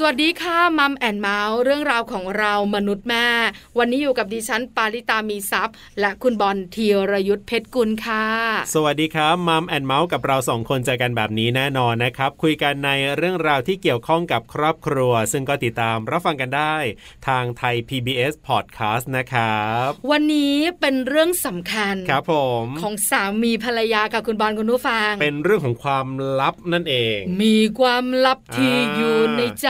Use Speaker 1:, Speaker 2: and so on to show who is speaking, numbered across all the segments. Speaker 1: สวัสดีค่ะมัมแอนเมาส์เรื่องราวของเรามนุษย์แม่ วันนี้อยู่กับดิฉันปาริตามีซัพย์ และคุณบอลธีรยุทธเพชรกุลค่ะ
Speaker 2: สวัสดีครับมัมแอนเมาส์กับเราสองคนเจอกันแบบนี้แน่นอนนะครับ คุยกันในเรื่องราวที่เกี่ยวข้องกับครอบครัว ซึ่งก็ติดตามรับฟังกันได้ ทางไทย PBS Podcast นะครับ
Speaker 1: วันนี้เป็นเรื่องสำคัญ
Speaker 2: ครับผม
Speaker 1: ของสามีภรรยากับคุณบอลคุณผู้ฟัง
Speaker 2: เป็นเรื่องของความลับนั่นเอง
Speaker 1: มีความลับที่
Speaker 2: อ่า
Speaker 1: อยู่ในใจ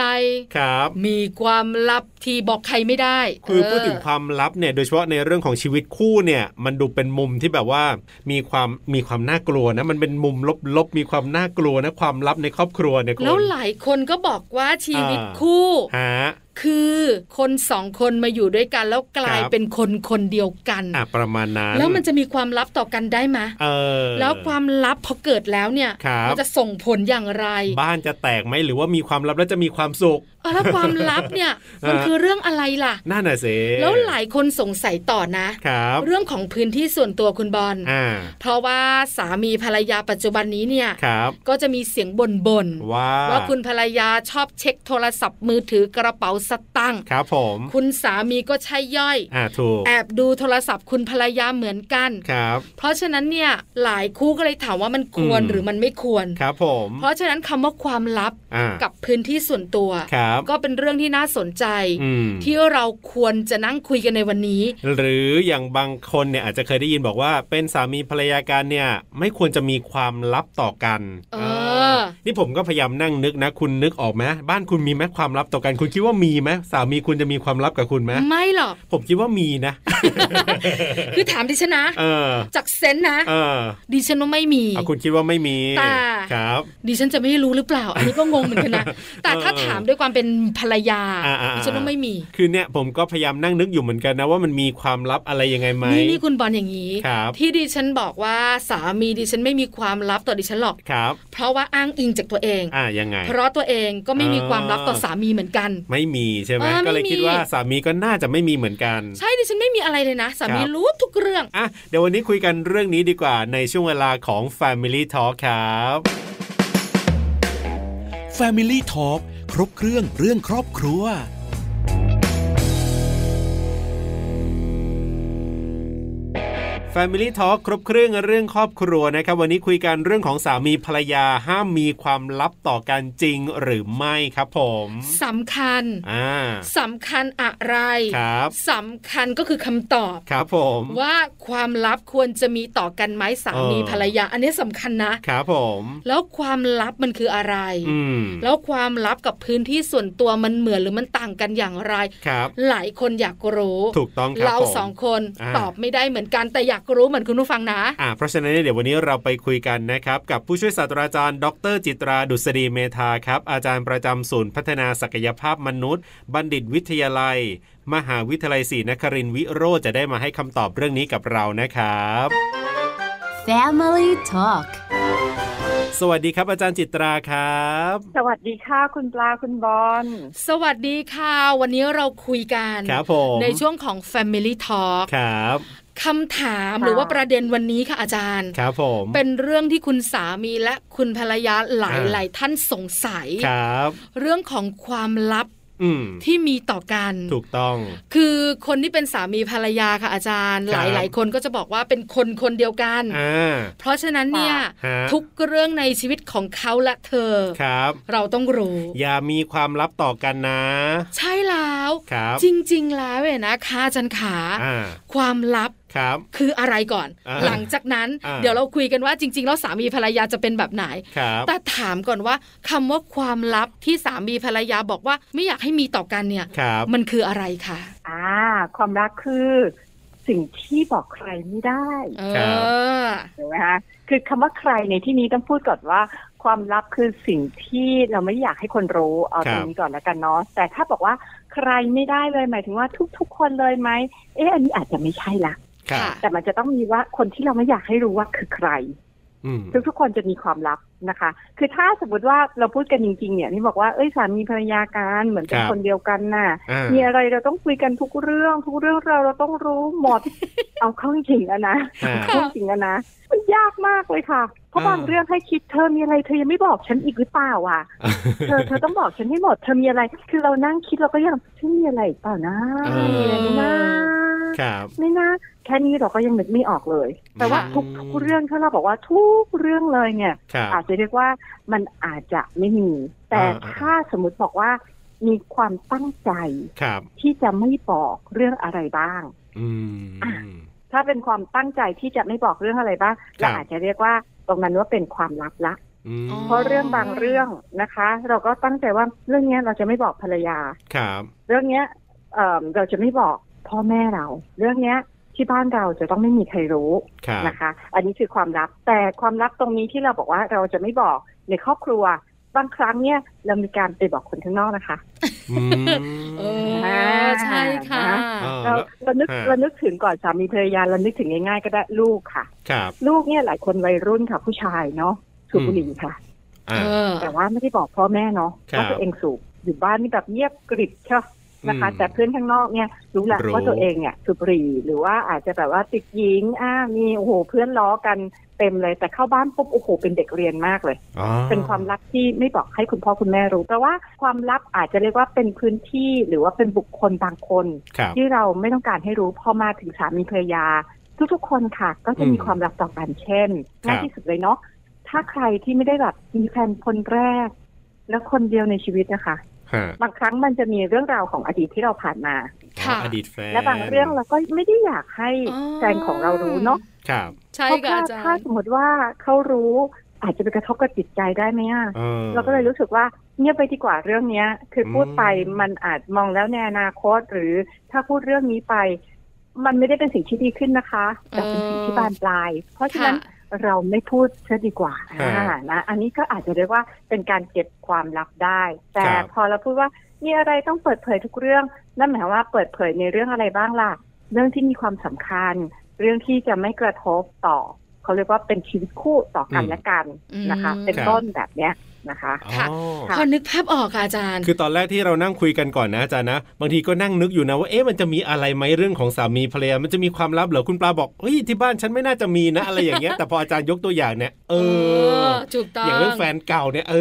Speaker 2: ครับ
Speaker 1: มีความลับที่บอกใครไม่ได้
Speaker 2: คือพูด
Speaker 1: เออ
Speaker 2: ถึงความลับเนี่ยโดยเฉพาะในเรื่องของชีวิตคู่เนี่ย มันดูเป็นมุมที่แบบว่า มีความมีความน่ากลัวนะ มันเป็นมุมลบๆมีความน่ากลัวนะความลับในครอบครัวเนี่ยคุณ
Speaker 1: แล้วหลายคนก็บอกว่าชีวิต
Speaker 2: อ่า
Speaker 1: คู่
Speaker 2: ฮะ
Speaker 1: คือคนสองคนมาอยู่ด้วยกันแล้วกลาย
Speaker 2: ครับ
Speaker 1: เป็นคนคนเดียวกัน
Speaker 2: อ่ะประมาณนั้น
Speaker 1: แล้วมันจะมีความลับต่อกันได้ไหม
Speaker 2: เออ
Speaker 1: แล้วความลับพอเกิดแล้วเนี่ย
Speaker 2: ครับ
Speaker 1: มัจะส่งผลอย่างไร
Speaker 2: บ้านจะแตกไหมหรือว่ามีความลับแล้วจะมีความสุข
Speaker 1: เออแล้วความลับเนี่ย มัน
Speaker 2: ฮะ
Speaker 1: คือเรื่องอะไรล่ะ
Speaker 2: น่าหน่ะเส
Speaker 1: แล้วหลายคนสงสัยต่อนะ
Speaker 2: ครับ
Speaker 1: เรื่องของพื้นที่ส่วนตัวคุณบอล
Speaker 2: อ่า
Speaker 1: เพราะว่าสามีภรรยาปัจจุบันนี้เนี่ย
Speaker 2: ครับ
Speaker 1: ก็จะมีเสียงบ่นบ่นๆ
Speaker 2: ว่า
Speaker 1: ว่าคุณภรรยาชอบเช็คโทรศัพท์มือถือกระเป๋าสตังค์
Speaker 2: ครับผม
Speaker 1: คุณสามีก็ใช่ย่อย
Speaker 2: อ่าถูก
Speaker 1: แอบดูโทรศัพท์คุณภรรยาเหมือนกัน
Speaker 2: ครับ
Speaker 1: เพราะฉะนั้นเนี่ยหลายคู่ก็เลยถามว่ามันควร
Speaker 2: อืม
Speaker 1: หรือมันไม่ควร
Speaker 2: ครับผม
Speaker 1: เพราะฉะนั้นคำว่าความลับ
Speaker 2: อ่า
Speaker 1: กับพื้นที่ส่วนตัว
Speaker 2: ครับ
Speaker 1: ก็เป็นเรื่องที่น่าสนใจ
Speaker 2: อืม
Speaker 1: ที่เราควรจะนั่งคุยกันในวันนี้
Speaker 2: หรืออย่างบางคนเนี่ยอาจจะเคยได้ยินบอกว่า เป็นสามีภรรยากันเนี่ย ไม่ควรจะมีความลับต่อกัน
Speaker 1: เออ
Speaker 2: านี่ผมก็พยายามนั่งนึกนะ คุณนึกออกไหมบ้านคุณมีไหมความลับต่อกัน คุณคิดว่ามีไหมสามีคุณจะมีความลับกับคุณไหม
Speaker 1: ไม่หรอก
Speaker 2: ผมคิดว่ามี นะ
Speaker 1: คือถามดิฉันนะ
Speaker 2: เออ
Speaker 1: จากเซนส์นะ
Speaker 2: เออ
Speaker 1: ดิฉันว่าไม่มี
Speaker 2: เอาคุณคิดว่าไม่มี
Speaker 1: แต่
Speaker 2: ครับ
Speaker 1: ดิฉันจะไม่รู้หรือเปล่า อันนี้ก็งงเหมือนกันนะ แต่ถ้าถามด้วยความเป็นภรรยา
Speaker 2: อ่าอ่าอ่า
Speaker 1: ดิฉันว่าไม่มี
Speaker 2: คือเนี่ยผมก็พยายามนั่งนึกอยู่เหมือนกันนะว่ามันมีความลับอะไรยังไงไหม
Speaker 1: นี่นี่คุณบอลอย่างนี้
Speaker 2: ครับ
Speaker 1: ที่ดิฉันบอกว่าสามีดิฉันไม่มีความลับต่อดิฉันหรอก
Speaker 2: ครับ
Speaker 1: เพราะว่าอ้างอิงจากตัวเอง
Speaker 2: อ่ายังไง
Speaker 1: เพราะตัวเองก็ไม่มี
Speaker 2: อ่า
Speaker 1: ความลับต่อสามีเหมือนกัน
Speaker 2: ไม่มีใช่ไหม
Speaker 1: เออไม่มี
Speaker 2: ก็เลยคิดว่าสามีก็น่าจะไม่มีเหมือนกัน
Speaker 1: ใช่ดิฉันไม่มีอะไรเลยนะ สามี
Speaker 2: ครับ
Speaker 1: รู้ทุกเรื่อง
Speaker 2: อ่ะเดี๋ยววันนี้คุยกันเรื่องนี้ดีกว่าในช่วงเวลาของ Family Talk ครับ
Speaker 3: Family Talk ครบเครื่องเรื่องครอบครัว
Speaker 2: Family Talk ครบเครื่องเรื่องครอบครัวนะครับ วันนี้คุยกันเรื่องของสามีภรรยาห้ามมีความลับต่อกันจริงหรือไม่ครับผม
Speaker 1: สำคัญ
Speaker 2: อ่า
Speaker 1: สำคัญอะไร
Speaker 2: ครับ
Speaker 1: สำคัญก็คือคำตอบ
Speaker 2: ครับผม
Speaker 1: ว่าความลับควรจะมีต่อกันไหมสามี
Speaker 2: เออ
Speaker 1: ภรรยา อันนี้สำคัญนะ
Speaker 2: ครับผม
Speaker 1: แล้วความลับมันคืออะไร
Speaker 2: อืม
Speaker 1: แล้วความลับกับพื้นที่ส่วนตัวมันเหมือนหรือมันต่างกันอย่างไร
Speaker 2: ครับ
Speaker 1: หลายคนอยากรู้
Speaker 2: ถูกต้องครับ
Speaker 1: เรา
Speaker 2: ผม
Speaker 1: สองคน
Speaker 2: อ่า
Speaker 1: ตอบไม่ได้เหมือนกันแต่อยากรู้เหมือนคุณผู้ฟังนะ
Speaker 2: อ่าเพราะฉะนั้นเนี่ยเดี๋ยววันนี้เราไปคุยกันนะครับ กับผู้ช่วยศาสตราจารย์ ดร จิตรา ดุษฎีเมธาครับ อาจารย์ประจำศูนย์พัฒนาศักยภาพมนุษย์ บัณฑิตวิทยาลัย มหาวิทยาลัยศรีนครินทร์วิโรจน์จะได้มาให้คำตอบเรื่องนี้กับเรานะครับ
Speaker 4: Family Talk
Speaker 2: สวัสดีครับอาจารย์จิตราครับ
Speaker 5: สวัสดีค่ะ คุณปลาคุณบอล
Speaker 1: สวัสดีค่ะ วันนี้เราคุยกัน
Speaker 2: ครับผม
Speaker 1: ในช่วงของ Family Talk
Speaker 2: ครับ
Speaker 1: คำถามหรือว่าประเด็นวันนี้ค่ะอาจารย์
Speaker 2: ครับผม
Speaker 1: เป็นเรื่องที่คุณสามีและคุณภรรยาหลาย
Speaker 2: อ่า
Speaker 1: หลายท่านสงสัย
Speaker 2: ครับ
Speaker 1: เรื่องของความลับ
Speaker 2: อืม
Speaker 1: ที่มีต่อกัน
Speaker 2: ถูกต้อง
Speaker 1: คือคนที่เป็นสามีภรรยาค่ะอาจารย์
Speaker 2: ค
Speaker 1: ห
Speaker 2: รับ
Speaker 1: ลายหลายคนก็จะบอกว่าเป็นคนคนเดียวกัน
Speaker 2: อ่า
Speaker 1: เพราะฉะนั้นเนี่ย
Speaker 2: ฮะ
Speaker 1: ทุกเรื่องในชีวิตของเขาและเธอ
Speaker 2: ครับ
Speaker 1: เราต้องรู้
Speaker 2: อย่ามีความลับต่อกันนะ
Speaker 1: ใช่แล้ว
Speaker 2: ครับ
Speaker 1: จริง ๆ แล้วเนี่ยนะคะอาจันขา
Speaker 2: อ่า
Speaker 1: ความลับ
Speaker 2: ครับ
Speaker 1: คืออะไรก่อน
Speaker 2: อ่า
Speaker 1: หลังจากนั้น
Speaker 2: อ่า
Speaker 1: เดี๋ยวเราคุยกันว่าจริง ๆ แล้วสามีภรรยาจะเป็นแบบไหน
Speaker 2: ครับ
Speaker 1: แต่ถามก่อนว่าคำว่าความลับที่สามีภรรยาบอกว่าไม่อยากให้มีต่อกันเนี่ย
Speaker 2: ครับ
Speaker 1: มันคืออะไรคะ
Speaker 5: อ่า ความรักคือ สิ่งที่บอกใครไม่ได้
Speaker 1: เอ
Speaker 2: ครับ
Speaker 1: อ
Speaker 5: ถูกไหมคะคือคำว่าใครในที่นี้ต้องพูดก่อนว่า ความลับคือสิ่งที่เราไม่อยากให้คนรู้เอา
Speaker 2: ครั
Speaker 5: ต
Speaker 2: บ
Speaker 5: รงนี้ก่อนแล้วกันเนาะแต่ถ้าบอกว่าใครไม่ได้เลยหมายถึงว่าทุก ๆ คนเลยไหมเอ๊ะอันนี้อาจจะไม่ใช่ละ
Speaker 2: ครับ
Speaker 1: ค่ะ
Speaker 5: แต่มันจะต้องมีว่าคนที่เราไม่อยากให้รู้ว่าคือใคร
Speaker 2: อืม
Speaker 5: ทุกๆคนจะมีความลับนะคะ คือถ้าสมมติว่าเราพูดกันจริงๆเนี่ยนี่บอกว่าเอ้ยสามีภรรยากันเหมือน
Speaker 2: ค
Speaker 5: เป็
Speaker 2: น รับ
Speaker 5: คนเดียวกันน่ะ
Speaker 2: อ่า
Speaker 5: มีอะไรเราต้องคุยกันทุก เรื่อง ทุกเรื่องเราเราต้องรู้หมด เอาเข้าจริงๆอะนะ
Speaker 2: อ่า
Speaker 1: ค่ะ
Speaker 5: เข้าจริงๆอะนะมัน ยากมากเลยค่ะ เพราะ
Speaker 2: อ่า
Speaker 5: บางเรื่องให้คิดเธอมีอะไรเธอยังไม่บอกฉันอีกหรือเปล่าอ่ะ เธอเธอต้องบอกฉันให้หมดเธอมีอะไร คือเรานั่งคิดเราก็ยังฉันมีอะไรอีกเปล่านะ
Speaker 2: เออ
Speaker 5: มีอะไรไหม่นะครับ ไม่นะแค่นี้เราก็ยังนึกไม่ออกเลย แต่ว่า
Speaker 2: อืม
Speaker 5: ทุกทุกเรื่องถ้าเราบอกว่าทุกเรื่องเลยเนี่ย
Speaker 2: ครับ
Speaker 5: อาจจะเรียกว่ามันอาจจะไม่มี แต่
Speaker 2: อ่าอ่า
Speaker 5: ถ้าสมมติบอกว่า มีความตั้งใจ
Speaker 2: ครับ
Speaker 5: ที่จะไม่บอกเรื่องอะไรบ้าง
Speaker 2: อืม
Speaker 5: ถ้าเป็นความตั้งใจที่จะไม่บอกเรื่องอะไรบ้าง
Speaker 2: ครั
Speaker 5: เรา
Speaker 2: บ
Speaker 5: อาจจะเรียกว่าตรงนั้นว่าเป็นความลับละ
Speaker 2: อืม
Speaker 5: เพราะเรื่องบางเรื่องนะคะ เราก็ตั้งใจว่าเรื่องเนี้ยเราจะไม่บอกภรรยา
Speaker 2: ครับ
Speaker 5: เรื่องเนี้ยเอ่อเราจะไม่บอกพ่อแม่เรา เรื่องเนี้ยที่บ้านเราจะต้องไม่มีใครรู้
Speaker 2: ครับ
Speaker 5: นะคะ อันนี้คือความลับ แต่ความลับตรงนี้ที่เราบอกว่าเราจะไม่บอกในครอบครัว บางครั้งเนี่ยเรามีการไปบอกคนข้างนอกนะคะ
Speaker 2: อืม
Speaker 1: เออใช่ค่ะ
Speaker 2: อ่า
Speaker 5: เราเรานึก
Speaker 2: ฮะ
Speaker 5: เรานึกถึงก่อนสามีภรรยาเรานึกถึงง่ายๆก็ได้ลูกค่ะ
Speaker 2: ครับ
Speaker 5: ลูกเนี่ยหลายคนวัยรุ่นค่ะผู้ชายเนาะสูบบุหรี่ค่ะ
Speaker 2: อ่า
Speaker 1: เออ
Speaker 5: แต่ว่าไม่ได้บอกพ่อแม่เนาะ
Speaker 2: ครับ
Speaker 5: ว่าตัวเองสูบอยู่บ้านนี่แบบเงียบกริบเชียวนะคะ
Speaker 2: ม
Speaker 5: แต่เพื่อนข้างนอกเนี่ยรู้แหละ
Speaker 2: รู้
Speaker 5: ว่าตัวเองเนี่ยสูบบุหรี่หรือว่าอาจจะแบบว่าติดหญิงอ่ามีโอ้โหเพื่อนล้อกันเต็มเลย แต่เข้าบ้านปุ๊บโอ้โหเป็นเด็กเรียนมากเลย
Speaker 2: อ๋อ
Speaker 5: เป็นความลับที่ไม่บอกให้คุณพ่อคุณแม่รู้ แต่ว่าความลับอาจจะเรียกว่าเป็นพื้นที่หรือว่าเป็นบุคคลบางคน
Speaker 2: ครับ
Speaker 5: ที่เราไม่ต้องการให้รู้พอมาถึงสามีภรรยา ทุกๆ คนค่ะ ก็จะมี
Speaker 2: อืม
Speaker 5: ความลับต่อกันเช่น
Speaker 2: ครับ
Speaker 5: ง่ายที่สุดเลยเนาะถ้าใครที่ไม่ได้แบบมีแฟนคนแรก และคนเดียวในชีวิตนะคะ
Speaker 2: ฮะ
Speaker 5: บางครั้งมันจะมีเรื่องราวของอดีตที่เราผ่านมา
Speaker 1: ค่ะ
Speaker 2: อดีตแฟน
Speaker 5: และบางเรื่องเราก็ไม่ได้อยากให้
Speaker 1: อ๋อ
Speaker 5: แฟนของเรารู้เนาะ
Speaker 2: ครับ
Speaker 1: ใช่
Speaker 5: เพราะ
Speaker 1: ค่ะ
Speaker 5: ว่า
Speaker 1: อาจาร
Speaker 5: ถ้า
Speaker 1: ย์
Speaker 5: สมมติว่าเขารู้อาจจะไปกระทบกับจิตใจได้ไหมอะ
Speaker 2: ออ
Speaker 5: เราก็เลยรู้สึกว่าเงียบไปดีกว่าเรื่องเนี้ย คือพูดไป
Speaker 2: อืม
Speaker 5: มันอาจมองแล้วในอนาคตหรือถ้าพูดเรื่องนี้ไป มันไม่ได้เป็นสิ่งที่ดีขึ้นนะคะแต่เป็นสิ่งที่บานปลาย เพราะฉะนั้น เราไม่พูดเสียดีกว่า
Speaker 2: อ่า
Speaker 5: อ่านะ อันนี้ก็อาจจะเรียกว่าเป็นการเก็บความลับได้ แต่
Speaker 2: ครับ
Speaker 5: พอเราพูดว่ามีอะไรต้องเปิดเผยทุกเรื่อง นั่นหมายความว่าเปิดเผยในเรื่องอะไรบ้างล่ะ เรื่องที่มีความสำคัญ เรื่องที่จะไม่กระทบต่อ เขาเรียกว่าเป็นชีวิตคู่ต่อกันและกันนะคะ
Speaker 1: อืม
Speaker 5: เป็นต้นแบบเนี้ยนะคะ
Speaker 2: อ๋อ
Speaker 1: ค่ะ พอนึกภาพออกค่ะอาจารย์
Speaker 2: คือตอนแรกที่เรานั่งคุยกันก่อนนะอาจารย์นะ บางทีก็นั่งนึกอยู่นะว่าเอ๊ะมันจะมีอะไรไหมเรื่องของสามีภรรยามันจะมีความลับเหรอคุณปลาบอกเฮ้ยที่บ้านฉันไม่น่าจะมีนะ อะไรอย่างเงี้ยแต่พออาจารย์ยกตัวอย่างเนี่ยเอ
Speaker 1: เอ
Speaker 2: อ
Speaker 1: อถูกต้อ
Speaker 2: อย่าง งเรื่องแฟนเก่าเนี่ยเอ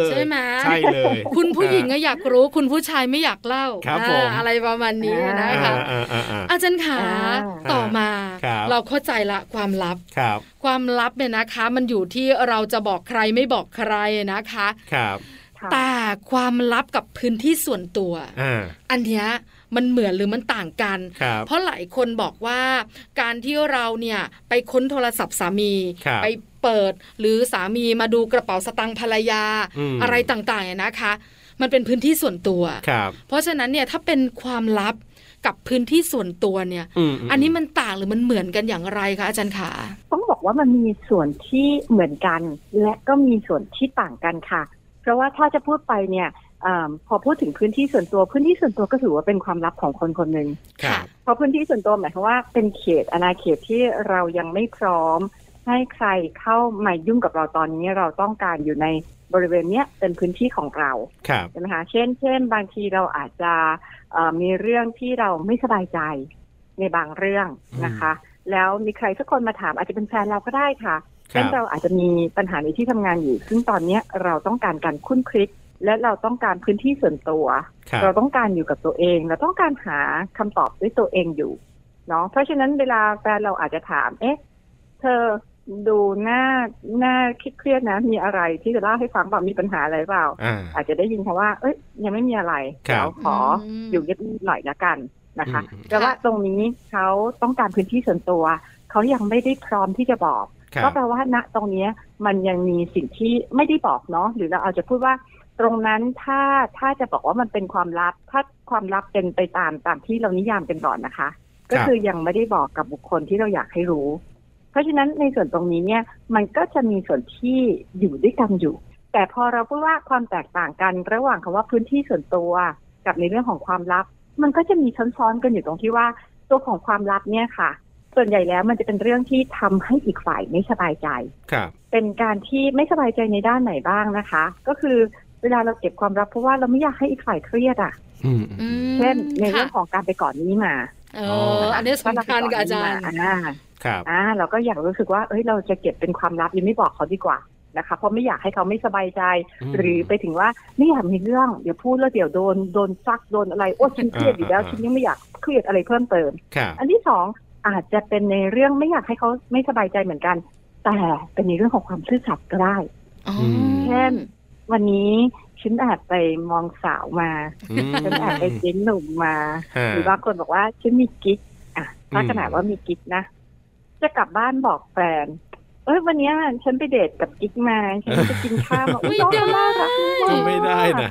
Speaker 2: อ
Speaker 1: ใช่ไหม
Speaker 2: ใช่เลย
Speaker 1: คุณผู้หญิงก็อยากรู้คุณผู้ชายไม่อยากเล่า
Speaker 2: ครับ
Speaker 1: อ่า
Speaker 2: ผม
Speaker 1: อะไรประมาณนี้นะ
Speaker 2: อ่า
Speaker 1: คะ
Speaker 2: อ่าอ่าอ่า
Speaker 1: อาจารย์ขา
Speaker 5: อ่า
Speaker 1: ต่อมา
Speaker 2: ครับ
Speaker 1: เราเข้าใจละความลับ
Speaker 2: ครับ
Speaker 1: ความลับเนี่ยนะคะ มันอยู่ที่เราจะบอกใครไม่บอกใครนะคะ
Speaker 2: ครับ
Speaker 5: ค่ะ
Speaker 1: แต่ความลับกับพื้นที่ส่วนตัว
Speaker 2: อ่า
Speaker 1: อันเนี้ยมันเหมือนหรือมันต่างกัน
Speaker 2: ครับ
Speaker 1: เพราะหลายคนบอกว่าการที่เราเนี่ยไปค้นโทรศัพท์สามี
Speaker 2: ครับ
Speaker 1: ไปเปิดหรือสามีมาดูกระเป๋าสตางค์ภรรยา
Speaker 2: อืม
Speaker 1: อะไรต่างๆเนี่ยนะคะ มันเป็นพื้นที่ส่วนตัว
Speaker 2: ครับ
Speaker 1: เพราะฉะนั้นเนี่ยถ้าเป็นความลับกับพื้นที่ส่วนตัวเนี่ย
Speaker 2: ม
Speaker 1: อันนี้มันต่างหรือมันเหมือนกันอย่างไรคะอาจารย์ขา
Speaker 5: ต้องบอกว่ามันมีส่วนที่เหมือนกัน และก็มีส่วนที่ต่างกันค่ะ เพราะว่าถ้าจะพูดไปเนี่ยเอมพอพูดถึงพื้นที่ส่วนตัว พื้นที่ส่วนตัวก็ถือว่าเป็นความลับของคนคนหนึ่ง
Speaker 2: ครับ
Speaker 5: เพราะพื้นที่ส่วนตัวหมายความว่าเป็นเขตอาณาเขตที่เรายังไม่พร้อม ให้ใครเข้ามายุ่งกับเราตอนนี้เราต้องการอยู่ในบริเวณเนี้ยเป็นพื้นที่ของเรา
Speaker 2: ครับ
Speaker 5: ใช่ไหมคะเช่น เช่น บางทีเราอาจจะเอ่อมีเรื่องที่เราไม่สบายใจในบางเรื่องนะคะ แล้วมีใครสักคนมาถามอาจจะเป็นแฟนเราก็ได้ค่ะ
Speaker 2: ครั
Speaker 5: เช่น
Speaker 2: บ
Speaker 5: เราอาจจะมีปัญหาในที่ทำงานอยู่ ซึ่งตอนเนี้ยเราต้องการการคุ้นคลิก และเราต้องการพื้นที่ส่วนตัว
Speaker 2: ครับ
Speaker 5: เราต้องการอยู่กับตัวเอง เราต้องการหาคำตอบด้วยตัวเองอยู่เนาะเพราะฉะนั้นเวลาแฟนเราอาจจะถาม เอ๊ะ เธอดูหน้าหน้าเครียดๆนะ มีอะไรที่จะเล่าให้ฟังเปล่ามีปัญหาอะไรเปล่า
Speaker 2: อ่า
Speaker 5: อาจจะได้ยินคำว่า เอ้ย ยังไม่มีอะไร
Speaker 2: ครับ
Speaker 5: เดี๋ยวขอ
Speaker 1: ม
Speaker 5: อยู่เงียบๆหน่อยละกันนะคะ
Speaker 2: อืม
Speaker 5: แต่ว่า
Speaker 1: ค่ะ
Speaker 5: ตรงนี้เขาต้องการพื้นที่ส่วนตัว เขายังไม่ได้พร้อมที่จะบอก
Speaker 2: ครั
Speaker 5: ก็
Speaker 2: บ
Speaker 5: แปลว่าณตรงเนี้ยมันยังมีสิ่งที่ไม่ได้บอกเนาะหรือเราอาจจะพูดว่าตรงนั้นถ้าถ้าจะบอกว่ามันเป็นความลับ ถ้าความลับเป็นไปตามตามที่เรานิยามกันก่อนนะคะ ก็คือยังไม่ได้บอกกับบุคคลที่เราอยากให้รู้ เพราะฉะนั้นในส่วนตรงนี้เนี่ยมันก็จะมีส่วนที่อยู่ด้วยกันอยู่ แต่พอเราพูดว่าความแตกต่างกันระหว่างคำว่าพื้นที่ส่วนตัวกับในเรื่องของความลับ มันก็จะมีซ้อนๆกันอยู่ตรงที่ว่าตัวของความลับเนี่ยค่ะ ส่วนใหญ่แล้วมันจะเป็นเรื่องที่ทำให้อีกฝ่ายไม่สบายใจ
Speaker 2: ครับ
Speaker 5: เป็นการที่ไม่สบายใจในด้านไหนบ้างนะคะ ก็คือเวลาเราเก็บความลับเพราะว่าเราไม่อยากให้อีกฝ่ายเครียดอะ่ะ
Speaker 2: อืม
Speaker 1: อืม
Speaker 5: เช่น ในเรื่อง
Speaker 1: ค่ะ
Speaker 5: ของการไปก่อนหนี้มา
Speaker 1: เอ
Speaker 2: เอ
Speaker 1: อ
Speaker 2: ออั
Speaker 1: อันนี้สำคัญกับอาจารย์
Speaker 5: ว่เไปก่อนหนี้มอ่า
Speaker 2: ครับ
Speaker 5: อ่าเราก็อยากรู้สึกว่าเอ้ยเราจะเก็บเป็นความลับยังไม่บอกเขาดีกว่านะคะเพราะไม่อยากให้เขาไม่สบายใจ
Speaker 2: อืม
Speaker 5: หรือไปถึงว่าไม่อยากมีเรื่องเดี๋ยวพูดแล้วเดี๋ยวโดนโดนซักโดนอะไรโอ้ฉันเครียดอยู่แล้ว
Speaker 2: อ่า
Speaker 5: ฉันยังไม่อยากเครียดอะไรเพิ่มเติม
Speaker 2: ครับ
Speaker 5: อันที่สองอาจจะเป็นในเรื่องไม่อยากให้เขาไม่สบายใจเหมือนกัน แต่เป็นในเรื่องของความซื่อสัตย์ก็ได้
Speaker 1: อ๋อ
Speaker 2: ม
Speaker 5: เช่น วันนี้ฉันอาจไปมองสาวมา
Speaker 2: อืม
Speaker 5: ฉันอาจไปเจ๊นหนุ่มมา
Speaker 2: ฮะ
Speaker 5: หรือบางคนบอกว่าฉันมีกิ๊กอ่ะถ้า
Speaker 2: อืม
Speaker 5: ขนาดว่ามีกิ๊กนะ จะกลับบ้านบอกแฟน เอ้ยวันเนี้ยฉันไปเดทกับกิ๊กมาฉันก็จะกินข้าวมาอุ้ย
Speaker 1: ไม่ได้
Speaker 5: น้องน่ารักาก
Speaker 2: ก็ไม่ได้นะ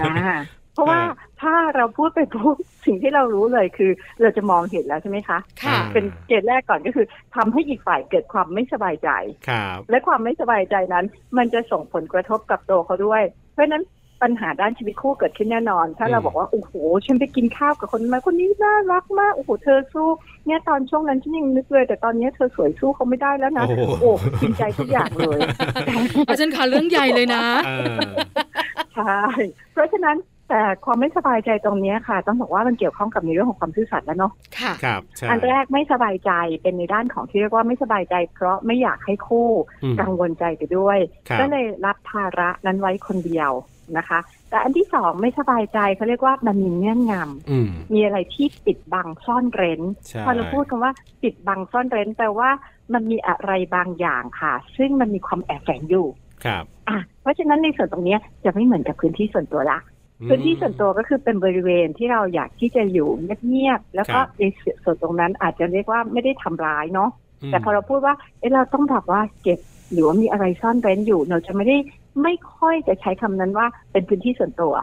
Speaker 5: อ่าเพราะว่าถ้าเราพูดไปปุ๊บสิ่งที่เรารู้เลยคือ เราจะมองเห็นแล้วใช่ไหมคะ
Speaker 1: ค่ะ
Speaker 2: อ่า
Speaker 5: เป็นเกณฑ์แรกก่อนก็คือทำให้อีกฝ่ายเกิดความไม่สบายใจ
Speaker 2: ครับ
Speaker 5: และความไม่สบายใจนั้น มันจะส่งผลกระทบกับตัวเขาด้วย เพราะฉะนั้นปัญหาด้านชีวิตคู่เกิดขึ้นแน่นอน ถ้า
Speaker 2: อืม
Speaker 5: เราบอกว่า โอ้โห ฉันไปกินข้าวกับคนมาคนนี้น่ารักมาก โอ้โห เธอสู้เนี่ยตอนช่วงนั้นฉันยังนึกเลย แต่ตอนเนี้ยเธอสวยสู้เขาไม่ได้แล้วนะ
Speaker 2: โอ้โห
Speaker 5: โอ้กินใจทุกอย่าง เลย
Speaker 1: อาจารย์ขาเรื่องใหญ่เลยนะ
Speaker 2: อ่า
Speaker 5: ใช่ เพราะฉะนั้นแต่ความไม่สบายใจตรงเนี้ยค่ะ ต้องบอกว่ามันเกี่ยวข้องกับในเรื่องของความซื่อสัตย์แล้วเนาะ
Speaker 1: ค่ะ
Speaker 2: ครับใช่
Speaker 5: อันแรกไม่สบายใจเป็นในด้านของที่เรียกว่าไม่สบายใจ เพราะไม่อยากให้คู่
Speaker 2: อืม
Speaker 5: กังวลใจไปด้วย
Speaker 2: ครับ
Speaker 5: ก็เลยรับภาระนั้นไว้คนเดียวนะคะ แต่อันที่สองไม่สบายใจเขาเรียกว่ามันมีเงื่อนง
Speaker 2: อืม
Speaker 5: ำมีอะไรที่ปิดบังซ่อนเร้น
Speaker 2: ใช่
Speaker 5: พอเราพูดคำว่าปิดบังซ่อนเร้นแปลว่ามันมีอะไรบางอย่างค่ะ ซึ่งมันมีความแอบแฝงอยู่
Speaker 2: ครับ
Speaker 5: อ่ะเพราะฉะนั้นในส่วนตรงเนี้ยจะไม่เหมือนกับพื้นที่ส่วนตัวละ พื้นที่ส่วนตัวก็คือเป็นบริเวณที่เราอยากที่จะอยู่เงียบๆแล้วก็ในส่วนตรงนั้นอาจจะเรียกว่าไม่ได้ทำร้ายเนาะ
Speaker 2: ม
Speaker 5: แต่พอเราพูดว่าเอะเราต้องแบบว่าเก็บหรือว่ามีอะไรซ่อนเร้นอยู่เราจะไม่ได้ไม่ค่อยจะใช้คำนั้นว่าเป็นพื้นที่ส่วนตัว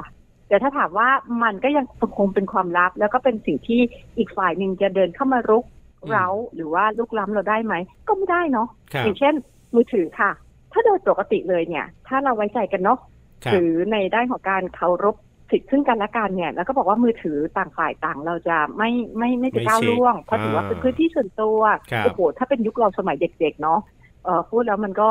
Speaker 5: แต่ถ้าถามว่ามันก็ยังคงเป็นความลับ แล้วก็เป็นสิ่งที่อีกฝ่ายหนึ่งจะเดินเข้ามารุก
Speaker 2: อืม
Speaker 5: เร้าหรือว่าลุกล้ำเราได้ไหมก็ไม่ได้เนาะ
Speaker 2: ครับ
Speaker 5: อย่างเช่น มือถือค่ะ ถ้าโดยปกติเลยเนี่ย ถ้าเราไว้ใจกันเนาะ
Speaker 2: ครั
Speaker 5: ห
Speaker 2: บ
Speaker 5: รือในด้านของการเคารพสิทธิ์ซึ่งกันและกันเนี่ย แล้วก็บอกว่ามือถือต่างฝ่ายต่างเราจะไม่ไม่ไม่จะ
Speaker 2: ไม่
Speaker 5: ก้าว
Speaker 2: เช็ค
Speaker 5: ล่วง เพราะถือว่า
Speaker 2: อ่า
Speaker 5: เป็นพื้นที่ส่วนตัว
Speaker 2: ครับ
Speaker 5: โอ้โหถ้าเป็นยุคเราสมัยเด็กๆเนาะเอ่อพูดแล้วมันก็